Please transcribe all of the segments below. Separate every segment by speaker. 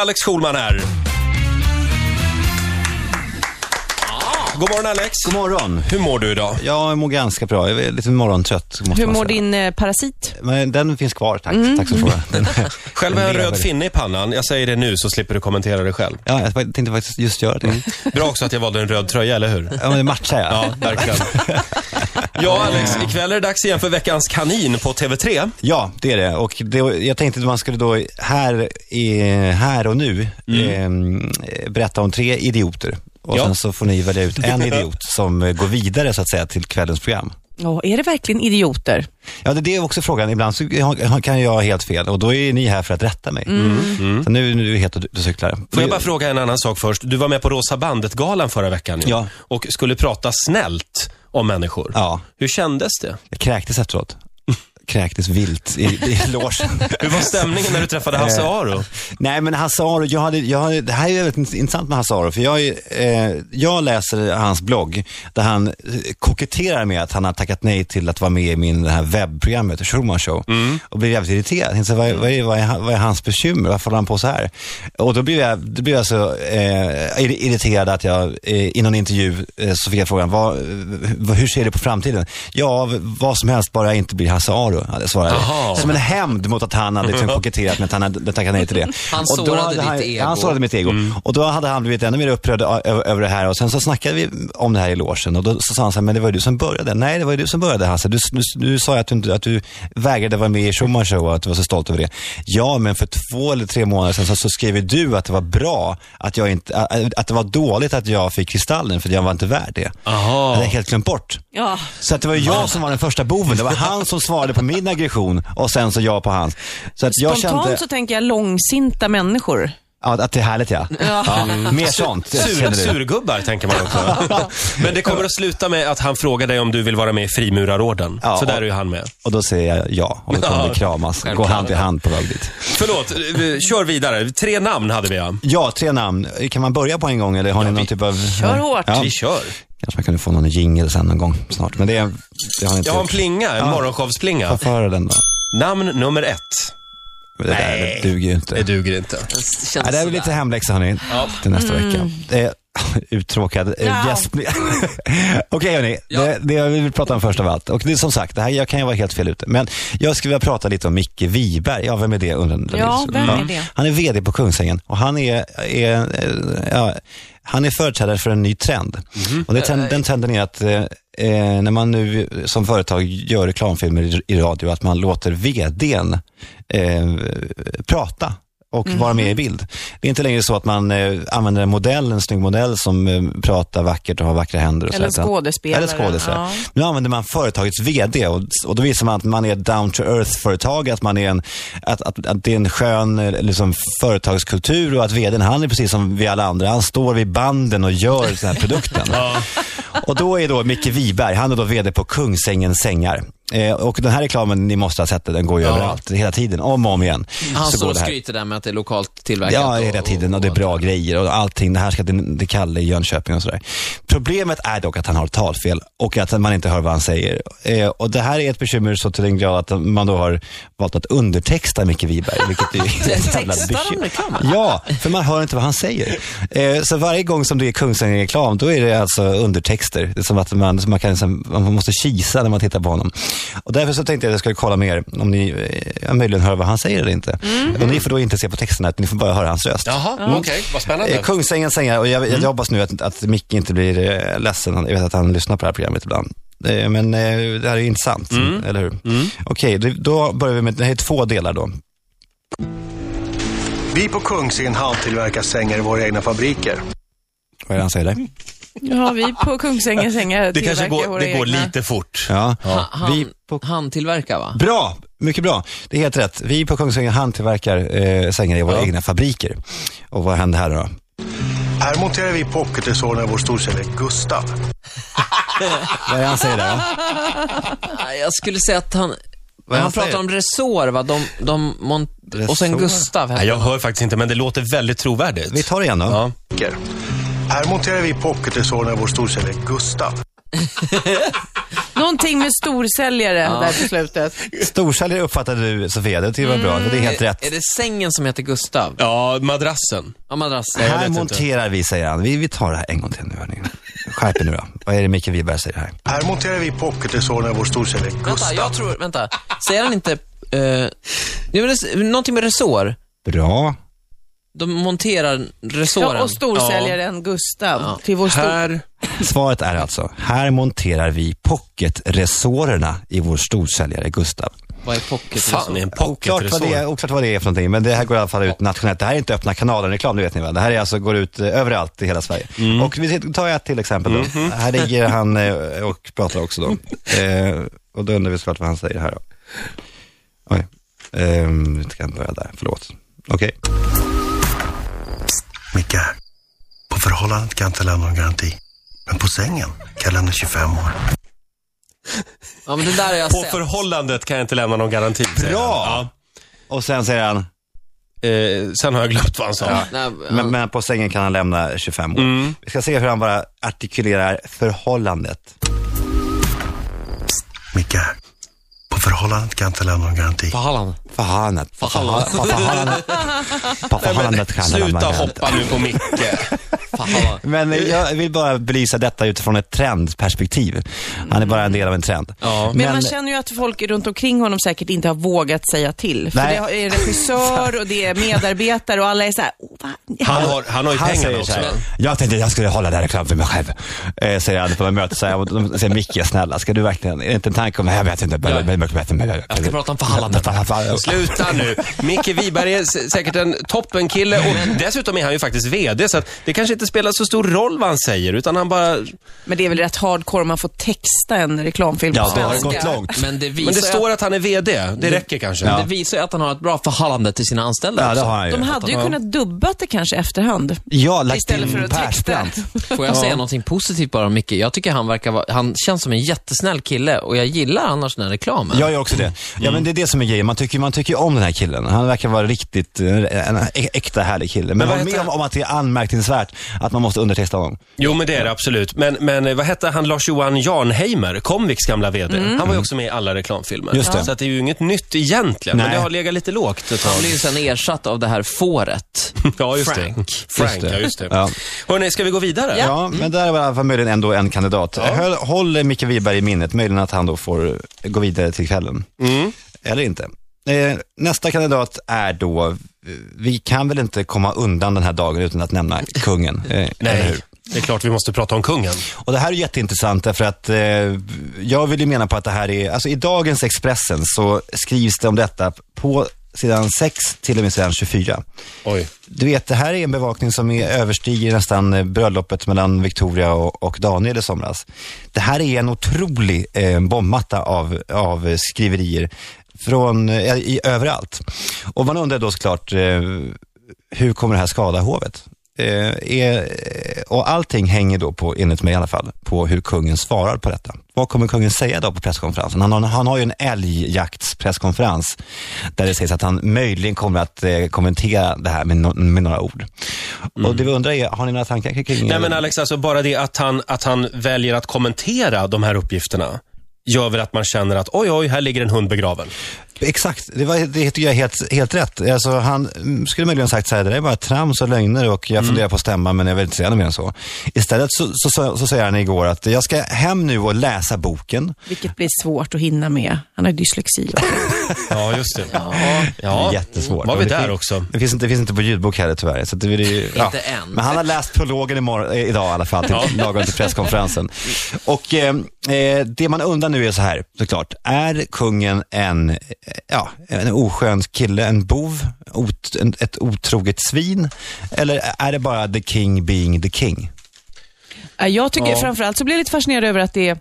Speaker 1: Alex Schulman här. God morgon Alex.
Speaker 2: God morgon.
Speaker 1: Hur mår du idag?
Speaker 2: Jag mår ganska bra. Jag är lite morgontrött måste
Speaker 3: Hur
Speaker 2: man
Speaker 3: mår
Speaker 2: säga.
Speaker 3: din eh, parasit?
Speaker 2: Men den finns kvar, tack.
Speaker 1: Mm.
Speaker 2: Tack så frågan. Den-
Speaker 1: Själv har jag en
Speaker 2: den lever.
Speaker 1: röd finne i pannan. Jag säger det nu så slipper du kommentera det själv.
Speaker 2: Ja, jag tänkte faktiskt just göra det.
Speaker 1: Bra också att jag valde en röd tröja, eller hur?
Speaker 2: Ja, men det matchar jag.
Speaker 1: Mm. Ja, verkligen. Ja, Alex, ikväll är det dags igen för veckans kanin på TV3.
Speaker 2: Ja, det är det. Och det, jag tänkte att man skulle då här, i, här och nu eh, berätta om tre idioter. Och
Speaker 1: Mm. Ja.
Speaker 2: sen så får ni välja ut en idiot som eh, går vidare så att säga till kvällens program.
Speaker 3: Ja, är det verkligen idioter?
Speaker 2: Ja, det, det är också frågan. Ibland så har- kan jag ha helt fel och då är ni här för att rätta mig. Så nu, nu är du helt ute och cyklar.
Speaker 1: Mm. Får jag bara fråga en annan sak först? Du var med på Rosa bandet-galan förra veckan ju.
Speaker 2: Ja.
Speaker 1: och skulle prata snällt om människor.
Speaker 2: Ja.
Speaker 1: Hur kändes det?
Speaker 2: Jag kräktes efteråt. Kräktes vilt i, i logen.
Speaker 1: Hur var stämningen när du träffade Hasse
Speaker 2: Eh,
Speaker 1: Aro?
Speaker 2: Nej men Hasse Aro, jag hade, jag hade, det här är väldigt intressant med Hasse Aro, för jag, är, eh, jag läser hans blogg där han eh, koketterar med att han har tackat nej till att vara med i min, det här webbprogrammet, Schulman Show, och blir jävligt irriterad. Jag tänkte, vad, är- vad, är, vad, är, han- vad är hans bekymmer? Varför håller han på så här? Och då blev jag, då blev jag så eh, ir- irriterad att jag eh, i någon intervju eh, så fick jag frågan, vad, eh, vad- hur ser du på framtiden? Ja, v- vad som helst bara jag inte blir Hasse Aro, hade jag svarade
Speaker 1: Jaha.
Speaker 2: Som en hämnd mot att han hade liksom koketterat med att han hade tackat nej till det.
Speaker 4: Han
Speaker 2: Och då
Speaker 4: sårade
Speaker 2: hade
Speaker 4: ditt
Speaker 2: han,
Speaker 4: ego. Mm.
Speaker 2: Han sårade mitt ego. Och då hade han blivit ännu mer upprörd ö- över, över det här och sen så snackade vi om det här i logen och då så sa han så här, men det var ju du som började. Nej, det var ju du som började Hasse. Du, du, du sa ju att du, inte- att du vägrade vara med i Schumann Show och att du var så stolt över det. Ja, men för två eller tre månader sedan så, så skrev ju du att det var bra, att, jag inte, att, att det var dåligt att jag fick Kristallen för jag var inte värd det.
Speaker 1: Aha.
Speaker 2: Jag hade helt glömt bort.
Speaker 3: Ja.
Speaker 2: Så att det var ju jag som var den första boven. Det var han som svarade på min aggression och sen så jag på hans. Så att jag
Speaker 3: Spontant
Speaker 2: kände...
Speaker 3: så tänker jag långsinta människor.
Speaker 2: Ja, att det är härligt ja. ja. Mer sånt
Speaker 1: Mm. Sur,
Speaker 2: känner du.
Speaker 1: surgubbar tänker man också. Men det kommer att sluta med att han frågar dig om du vill vara med i Frimurarorden.
Speaker 2: Ja,
Speaker 1: så där
Speaker 2: och-
Speaker 1: är ju han med.
Speaker 2: Och då säger jag ja och då kommer vi kramas. Gå hand i hand på väg dit.
Speaker 1: Förlåt, eh, kör vidare. Tre namn hade vi ja.
Speaker 2: Ja, tre namn. Kan man börja på en gång eller har ni någon typ av...
Speaker 3: kör hårt.
Speaker 2: Ja,
Speaker 1: Vi kör.
Speaker 2: kanske man kunde få någon jingel sen någon gång snart. Men det, det har jag inte
Speaker 1: Jag har en
Speaker 2: gjort.
Speaker 1: plinga, en
Speaker 2: Ja.
Speaker 1: morgonshowsplinga.
Speaker 2: Varför har du den då?
Speaker 1: Namn nummer ett.
Speaker 2: Men Det där
Speaker 1: Nej.
Speaker 2: det duger ju inte.
Speaker 1: Det duger inte.
Speaker 4: Känns
Speaker 2: Nej, det här
Speaker 4: sådär.
Speaker 2: blir lite hemläxa hörni, till nästa vecka. Eh, uttråkad eh,
Speaker 3: Mm. Ja.
Speaker 2: gäspning. Okej hörni, det, det jag vill prata om först av allt. Och det är som sagt, det här, jag kan ju vara helt fel ute. Men jag skulle vilja prata lite om Micke Wiberg. Ja, vem är det undrar ni?
Speaker 3: Ja, vem är det?
Speaker 2: Han är VD på Kungsängen och han är, är eh, ja, han är företrädare för en ny trend. Och det, trend- den trenden är att eh, eh, när man nu som företag gör reklamfilmer i, i radio, att man låter VDn eh, prata och vara med i bild. Det är inte längre så att man eh, använder en modell, en snygg modell som eh, pratar vackert och har vackra händer. Och så
Speaker 3: Eller
Speaker 2: här, utan-
Speaker 3: skådespelare.
Speaker 2: Eller skådespelare.
Speaker 3: Ja.
Speaker 2: Nu använder man företagets VD och, och då visar man att man är ett down to earth-företag, att, man är en, att, att, att det är en skön eh, liksom, företagskultur och att VDn han är precis som vi alla andra. Han står vid banden och gör den här produkten. Och då är då Micke Wiberg, han är då VD på Kungsängens sängar. Eh, och den här reklamen, ni måste ha sett den, den går ju överallt, hela tiden, om och om igen.
Speaker 4: Han
Speaker 2: går
Speaker 4: står och
Speaker 2: det här.
Speaker 4: skryter där med att det är lokalt tillverkat.
Speaker 2: Ja, hela tiden och det är bra grejer och allting. Det här ska till, till Kalle i Jönköping och sådär. Problemet är dock att han har talfel och att man inte hör vad han säger. Eh, och det här är ett bekymmer så till den grad att man då har valt att undertexta Micke Wiberg, vilket är ett jävla bekymmer. Ja, för man hör inte vad han säger. Eh, så varje gång som det är Kungsängen-reklam, då är det alltså undertexter. Det är som att man, som man, kan, liksom, man måste kisa när man tittar på honom. Och därför så tänkte jag att jag skulle kolla med er om ni eh, möjligen hör vad han säger eller inte. Och ni får då inte se på texterna, ni får bara höra hans röst.
Speaker 1: Jaha, okej. Vad
Speaker 2: Eh,
Speaker 1: spännande.
Speaker 2: Kungsängens sängar, och jag, jag hoppas nu att, att Micke inte blir eh, ledsen. Han- Jag vet att han lyssnar på det här programmet ibland. Eh, men eh, det här är intressant, eller hur? Okej, det- då börjar vi med, det här är två delar då.
Speaker 5: Vi på Kungsängen handtillverkar sängar i våra egna fabriker.
Speaker 2: Vad är det han säger där?
Speaker 3: Ja, vi på Kungsängens sängar
Speaker 1: Det kanske
Speaker 3: tillverkar
Speaker 1: går,
Speaker 3: våra
Speaker 1: det går
Speaker 3: egna.
Speaker 1: lite fort.
Speaker 2: Ja.
Speaker 4: Han,
Speaker 2: Vi på,
Speaker 4: han tillverkar va?
Speaker 2: bra, mycket bra. Det är helt rätt. Vi på Kungsängen handtillverkar eh, sängar i våra egna fabriker. Och vad händer här då?
Speaker 5: Här monterar vi pocketresorna i vår storsäljare Gustav.
Speaker 2: Vad är det han säger där? då?
Speaker 4: Nej, Jag skulle säga att han...
Speaker 2: Vad
Speaker 4: han
Speaker 2: han
Speaker 4: pratar
Speaker 2: säger?
Speaker 4: om resår va? De, de mont... Och
Speaker 2: Resår?
Speaker 4: sen Gustav
Speaker 1: Nej,
Speaker 4: hette
Speaker 1: jag
Speaker 4: han.
Speaker 1: hör faktiskt inte, men det låter väldigt trovärdigt.
Speaker 2: Vi tar det igen då.
Speaker 1: Ja.
Speaker 5: Här monterar vi pocketresorna i vår storsäljare Gustav.
Speaker 3: Någonting med storsäljare där på slutet.
Speaker 2: Storsäljare uppfattade du, Sofia. Det tycker jag var bra. Det är helt rätt.
Speaker 4: Är det sängen som heter Gustav?
Speaker 1: Ja, madrassen.
Speaker 4: Ja, madrassen.
Speaker 1: jag
Speaker 2: Här
Speaker 1: vet inte.
Speaker 2: monterar vi, säger han. Vi, vi tar det här en gång till nu, hörni. Skärp er nu då. Vad är det Micke Wiberg säger här?
Speaker 5: Här monterar vi pocketresorna i vår storsäljare
Speaker 4: Vänta,
Speaker 5: Gustav.
Speaker 4: jag tror, vänta. Säger han inte, eh, jo, men det- någonting med resår?
Speaker 2: Bra.
Speaker 4: De monterar resåren.
Speaker 3: Ja, och storsäljaren Gustav till vår stor...
Speaker 1: Här.
Speaker 2: Svaret är alltså, här monterar vi pocketresorerna i vår storsäljare Gustav.
Speaker 4: Ja. Vad är pocket?
Speaker 1: Fan, det är en
Speaker 2: Oklart vad, det är,
Speaker 1: pocketresor.
Speaker 2: oklart vad det är för någonting, men det här går i alla fall ut nationellt. Det här är inte öppna kanalen-reklam, det vet ni va? Det här är alltså, går ut eh, överallt i hela Sverige.
Speaker 1: Mm.
Speaker 2: Och vi tar ett till exempel då.
Speaker 1: Mm-hmm.
Speaker 2: Här ligger han eh, och pratar också då. Eh, och då undrar vi såklart vad han säger här då. Oj, eh, vi kan börja där, förlåt. Okej.
Speaker 5: Micke, på förhållandet kan jag inte lämna någon garanti. Men på sängen kan jag lämna 25 år.
Speaker 4: Ja, men det där har jag
Speaker 1: På
Speaker 4: sett.
Speaker 1: förhållandet kan jag inte lämna någon garanti. säger
Speaker 2: Bra!
Speaker 1: han.
Speaker 2: Och sen säger han,
Speaker 1: Ja. Eh, sen har jag glömt vad han sa.
Speaker 4: Nej, ja.
Speaker 2: men, men på sängen kan han lämna 25 år.
Speaker 1: Mm.
Speaker 2: Vi ska se hur han bara artikulerar förhållandet.
Speaker 5: Micke, på förhållandet kan jag inte lämna någon garanti.
Speaker 4: På Halland.
Speaker 2: Förhållandet. Förhållandet. Förhållandet. Förhållandet kan han
Speaker 1: Sluta
Speaker 2: lämna.
Speaker 1: hoppa nu på Micke.
Speaker 4: På Halland.
Speaker 2: Men eh, jag vill bara belysa detta utifrån ett trendperspektiv. Han är bara en del av en trend.
Speaker 3: Men, man känner ju att folk runt omkring honom säkert inte har vågat säga till. För
Speaker 2: Nej.
Speaker 3: det är regissör och det är medarbetare och alla är så här, "Åh, vad-
Speaker 1: Han har, han har ju
Speaker 2: han
Speaker 1: pengarna
Speaker 2: säger
Speaker 1: också.
Speaker 2: så här, jag tänkte jag skulle hålla det här reklam för mig själv. Eh, säger han på något möte. Så här, och de säger Micke, snälla, ska du verkligen, är det inte en tanke om, jag vet inte, men- men- men- men- men-
Speaker 4: Jag ska prata om förhållandet.
Speaker 1: Sluta nu. Micke Wiberg är s- säkert en toppenkille och dessutom är han ju faktiskt VD så att det kanske inte spelar så stor roll vad han säger utan han bara...
Speaker 3: Men det är väl rätt hardcore om man får texta en reklamfilm på
Speaker 2: Ja, det har
Speaker 3: svenska.
Speaker 2: gått långt.
Speaker 4: Men det
Speaker 1: Men det
Speaker 4: visar ju
Speaker 1: står att han är VD. Det räcker kanske.
Speaker 4: Det visar ju att han har ett bra förhållande till sina anställda
Speaker 2: Ja, det
Speaker 4: också.
Speaker 2: har han ju.
Speaker 3: De hade ju kunnat dubbat det kanske efterhand.
Speaker 2: Ja, lagt
Speaker 3: Istället för
Speaker 2: in
Speaker 3: att texta.
Speaker 2: Persbrandt.
Speaker 4: Får jag säga någonting positivt bara om Micke? Jag tycker han verkar vara, han känns som en jättesnäll kille och jag gillar annars den här reklamen.
Speaker 2: Jag gör också det. Ja,
Speaker 1: Mm.
Speaker 2: men det är det som är grejen. Man tycker, man tycker ju om den här killen. Han verkar vara riktigt eh, en ä- äkta härlig kille. Men,
Speaker 1: vad
Speaker 2: håll
Speaker 1: heter
Speaker 2: med om, om att det är anmärkningsvärt att man måste undertexta honom.
Speaker 1: Jo, men det är det absolut. Men, men eh, vad hette han, Lars-Johan Jarnheimer, Comviks gamla VD? Han var ju också med i alla reklamfilmer.
Speaker 2: Mm. Just det.
Speaker 1: Så att det är ju inget nytt egentligen, men
Speaker 2: Nej.
Speaker 1: det har legat lite lågt ett tag.
Speaker 4: Han blir ju sen ersatt av det här fåret.
Speaker 1: Ja, just
Speaker 4: Frank.
Speaker 1: det. Frank,
Speaker 2: Just det.
Speaker 1: ja just det.
Speaker 2: Ja.
Speaker 1: Hörrni, ska vi gå vidare?
Speaker 2: Ja, men där var i alla fall möjligen ändå en kandidat. Höll, håll Micke Wiberg i minnet. Möjligen att han då får gå vidare till kvällen.
Speaker 1: Mm.
Speaker 2: Eller inte. Eh, nästa kandidat är då, eh, vi kan väl inte komma undan den här dagen utan att nämna kungen. Eh, eller hur?
Speaker 1: Nej, det är klart vi måste prata om kungen.
Speaker 2: Och det här är jätteintressant därför att eh, jag vill ju mena på att det här är, alltså i dagens Expressen så skrivs det om detta på sidan 6 till och med sidan 24.
Speaker 1: Oj.
Speaker 2: Du vet, det här är en bevakning som är, överstiger nästan eh, bröllopet mellan Victoria och, och Daniel i somras. Det här är en otrolig eh, bombmatta av, av eh, skriverier från, eh, i, överallt. Och man undrar då såklart, eh, hur kommer det här skada hovet? Eh, är, eh, och allting hänger då på, enligt mig i alla fall, på hur kungen svarar på detta. Vad kommer kungen säga då på presskonferensen? Han har, han har ju en älgjaktspresskonferens där det sägs att han möjligen kommer att eh, kommentera det här med, no, med några ord. Och det vi undrar är, har ni några tankar kring- kring
Speaker 1: Mm. Nej men Alex, alltså bara det att han, att han väljer att kommentera de här uppgifterna gör väl att man känner att oj, oj, här ligger en hund begraven.
Speaker 2: Exakt, det, var, det tycker jag är helt, helt rätt. Alltså, han mm, skulle möjligen sagt så här, det där är bara trams och lögner och jag
Speaker 1: Mm.
Speaker 2: funderar på att stämma men jag vill inte säga något mer än så. Istället så, så, så, så säger han igår att jag ska hem nu och läsa boken.
Speaker 3: Vilket blir svårt att hinna med. Han har ju dyslexi. också.
Speaker 1: Ja, just det. Ja.
Speaker 2: Det är jättesvårt.
Speaker 1: Var
Speaker 2: Och
Speaker 1: vi
Speaker 2: det
Speaker 1: där
Speaker 2: fin-
Speaker 1: också?
Speaker 2: Det finns inte, det finns inte på ljudbok heller tyvärr. Så det blir ju,
Speaker 4: Inte än.
Speaker 2: Men han har läst prologen imorgon, eh, idag i alla fall, till, lagom till presskonferensen. Och eh, eh, det man undrar nu är så här, såklart. Är kungen en, eh, ja, en oskön kille, en bov, ot, en, ett otroget svin? Eller är det bara the king being the king?
Speaker 3: Ja, Jag tycker framförallt så blir jag lite fascinerad över att det är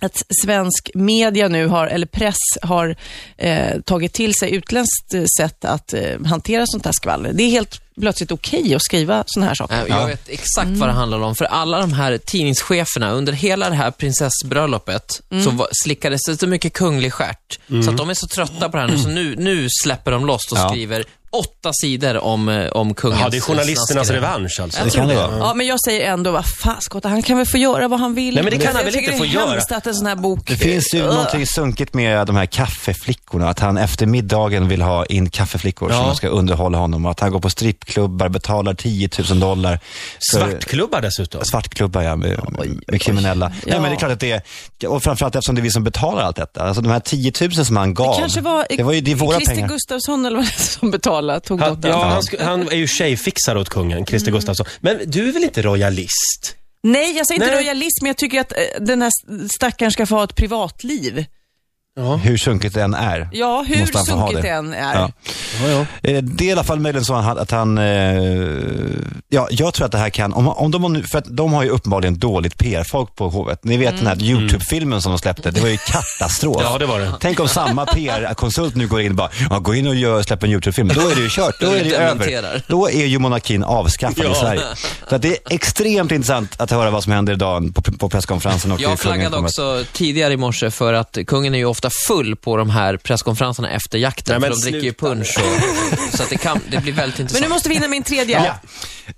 Speaker 3: att svensk media nu har, eller press har eh, tagit till sig utländskt eh, sätt att eh, hantera sånt här skvaller. Det är helt plötsligt okej att skriva såna här saker.
Speaker 4: Nej, Eh, Jag vet exakt vad det handlar om. För alla de här tidningscheferna, under hela det här prinsessbröllopet,
Speaker 1: Mm.
Speaker 4: så var, slickades det så mycket kunglig stjärt. Så att de är så trötta på det här nu, så nu, nu släpper de loss och
Speaker 2: Ja.
Speaker 4: skriver åtta sidor om, eh, om kungens
Speaker 1: Ja, det är journalisternas
Speaker 4: snaskgrejer.
Speaker 1: revansch alltså.
Speaker 2: Det kan det vara.
Speaker 3: Ja, men jag säger ändå, vad fan Skotta, han kan väl få göra vad han vill.
Speaker 1: Nej, men det kan
Speaker 3: Jag
Speaker 1: han väl
Speaker 3: tycker
Speaker 1: inte få
Speaker 3: Det är
Speaker 1: göra.
Speaker 3: hemskt att en sån här bok...
Speaker 2: Det finns ju
Speaker 3: Ugh.
Speaker 2: någonting sunkigt med de här kaffeflickorna. Att han efter middagen vill ha in kaffeflickor som ska underhålla honom. Och att han går på strippklubbar, betalar 10 000 dollar. för-
Speaker 1: Svartklubbar dessutom.
Speaker 2: Svartklubbar ja, med, med kriminella. Nej, men det är klart att det är, och framförallt eftersom det är vi som betalar allt detta. Alltså de här 10 000 som han gav,
Speaker 3: Det kanske var,
Speaker 2: det var ju det är våra
Speaker 3: Christer
Speaker 2: pengar.
Speaker 3: Gustafsson eller vad det är som betalade, tog
Speaker 1: Han,
Speaker 3: dottern.
Speaker 1: ja, han, sk- han är ju tjejfixare åt kungen, Christer
Speaker 2: Mm.
Speaker 1: Gustafsson. Men du är väl inte royalist?
Speaker 3: Nej, jag säger inte
Speaker 1: Nej.
Speaker 3: royalist, men jag tycker att eh, den här stackaren ska få ha ett privatliv.
Speaker 2: Hur sunkigt det än är.
Speaker 3: Ja, hur
Speaker 2: Måste han få ha
Speaker 3: sunkigt det
Speaker 2: det?
Speaker 3: än är.
Speaker 2: Ja. Eh, Det är i alla fall möjligen så han- att han, eh, ja, jag tror att det här kan, om, om de, har nu- för att de har ju uppenbarligen dåligt PR-folk på hovet. Ni vet
Speaker 3: Mm.
Speaker 2: den här YouTube-filmen som de släppte, det var ju katastrof.
Speaker 1: Ja, det var det.
Speaker 2: Tänk om samma PR-konsult nu går in och bara, ja, gå in och gör, släpp en YouTube-film. Då är det ju kört, då är det ju
Speaker 4: Dementerar.
Speaker 2: över. Då är ju monarkin avskaffad
Speaker 1: Ja.
Speaker 2: i Sverige. Så att det är extremt intressant att höra vad som händer idag på, på presskonferensen. Och hur
Speaker 4: Jag
Speaker 2: kungen
Speaker 4: flaggade
Speaker 2: kommer att-
Speaker 4: också tidigare i morse för att kungen är ju ofta full på de här presskonferenserna efter jakten.
Speaker 1: Nej,
Speaker 4: för
Speaker 1: men
Speaker 4: de dricker ju
Speaker 1: sluta.
Speaker 4: punsch och, så att det, kan, det blir väldigt
Speaker 3: Men nu
Speaker 4: intressant.
Speaker 3: måste vi hinna min tredje.
Speaker 2: Ja.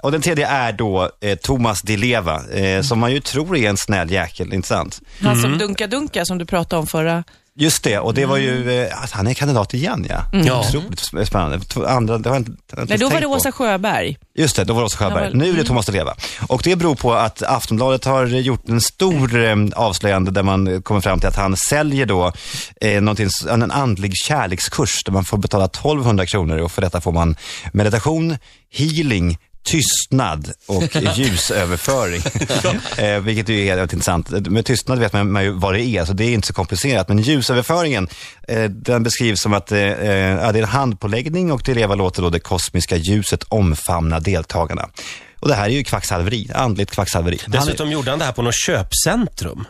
Speaker 2: Och den tredje är då eh, Thomas Di Leva, eh, som man ju tror är en snäll jäkel, inte sant?
Speaker 3: Han
Speaker 1: Mm.
Speaker 3: som Dunka-Dunka som du pratade om förra.
Speaker 2: Just det, och det var ju,
Speaker 3: Mm.
Speaker 2: eh, att han är kandidat igen ja.
Speaker 1: Ja.
Speaker 2: Otroligt spännande. Två Andra, det har jag inte, jag har inte
Speaker 3: Nej, Mm. då var
Speaker 2: tänkt
Speaker 3: det
Speaker 2: på.
Speaker 3: Åsa Sjöberg.
Speaker 2: Just det, då var det Åsa Sjöberg.
Speaker 3: Ja, väl.
Speaker 2: Nu är det Thomas Di Leva. Och det beror på att Aftonbladet har gjort en stor eh, avslöjande där man eh, kommer fram till att han säljer då eh, någonting, s- en andlig kärlekskurs där man får betala 1200 kronor och för detta får man meditation, healing, tystnad och ljusöverföring. eh, vilket ju är helt intressant. Med tystnad vet man, man ju vad det är, så det är inte så komplicerat. Men ljusöverföringen, eh, den beskrivs som att eh, eh, ja, det är en handpåläggning och Di Leva låter då det kosmiska ljuset omfamna deltagarna. Och det här är ju kvacksalveri, andligt kvacksalveri. Han-
Speaker 1: Dessutom gjorde han det här på något köpcentrum.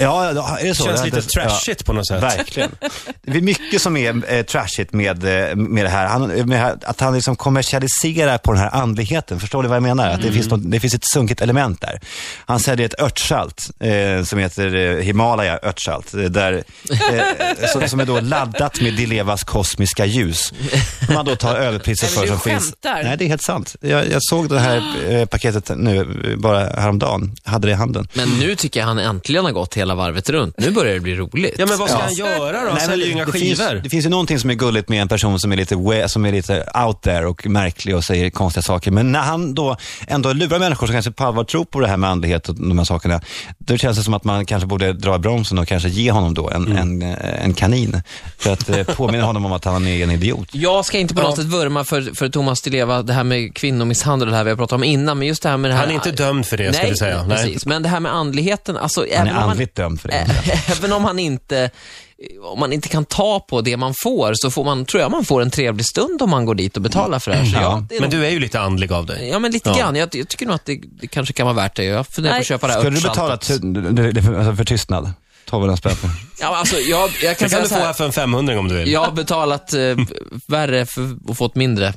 Speaker 2: ja, ja, är det så?
Speaker 1: Känns
Speaker 2: Jag har
Speaker 1: lite
Speaker 2: inte- ja.
Speaker 1: trashigt på något sätt.
Speaker 2: Verkligen. Det är mycket som är eh, trashigt med, eh, med det här. Han, med, det här- att han liksom kommersialiserar på den här andligheten. Förstår ni vad jag menar? Att det, finns
Speaker 3: Mm.
Speaker 2: något, det finns ett sunkigt element där. Han säljer ett örtsalt eh, som heter eh, Himalaya örtsalt. Eh, där, eh, som, som är då laddat med Dilevas kosmiska ljus. Som man då tar överpriser
Speaker 3: Nej,
Speaker 2: för.
Speaker 3: men
Speaker 2: som
Speaker 3: du
Speaker 2: finns.
Speaker 3: skämtar.
Speaker 2: Nej, det är helt sant. Jag, jag såg det här eh, paketet nu eh, bara häromdagen. Hade det i handen.
Speaker 4: Men nu tycker jag han äntligen har gått hela varvet runt. Nu börjar det bli roligt.
Speaker 1: Ja, men vad ska han göra då? Han
Speaker 2: Nej, men
Speaker 1: säljer ju inga
Speaker 2: det finns,
Speaker 1: skivor.
Speaker 2: det finns ju någonting som är gulligt med en person som är, lite, we- som är lite out there och märklig och säger konstiga saker. Men när han då ändå lurar människor som kanske på allvar tror på det här med andlighet och de här sakerna, då känns det som att man kanske borde dra i bromsen och kanske ge honom då
Speaker 1: Mm.
Speaker 2: en, en, eh, en kanin för att eh, påminna honom om att han är en idiot.
Speaker 4: Jag ska inte på något sätt vurma för, för Thomas Di Leva, det här med kvinnomisshandel och det här vi har pratat om innan, men just det här med det här...
Speaker 1: Han är inte dömd för det, ska
Speaker 4: Nej,
Speaker 1: vi säga. Nej.
Speaker 4: precis. Men det här med andligheten, alltså
Speaker 2: Han
Speaker 4: även
Speaker 2: är
Speaker 4: om man, Eh,
Speaker 2: andligt dömd för det.
Speaker 4: Ä- Även om han inte om man inte kan ta på det man får, så får man, tror jag man får en trevlig stund om man går dit och betalar för det här. Så ja, det är
Speaker 1: Men
Speaker 4: nog,
Speaker 1: du är ju lite andlig av dig.
Speaker 4: ja, men lite grann. Jag, jag tycker nog att det, det kanske kan vara värt det. Jag funderar på
Speaker 3: Nej.
Speaker 4: att köpa det här
Speaker 2: Skulle du
Speaker 4: örtsaltet.
Speaker 2: betala tu- du- du- för, alltså för tystnad? 1200 spänn. för-
Speaker 4: Ja, men alltså, jag, jag kan
Speaker 1: Det kan
Speaker 4: säga
Speaker 1: du
Speaker 4: så
Speaker 1: få här
Speaker 4: här.
Speaker 1: för en 500 om du vill.
Speaker 4: Jag har betalat eh, värre för, och fått mindre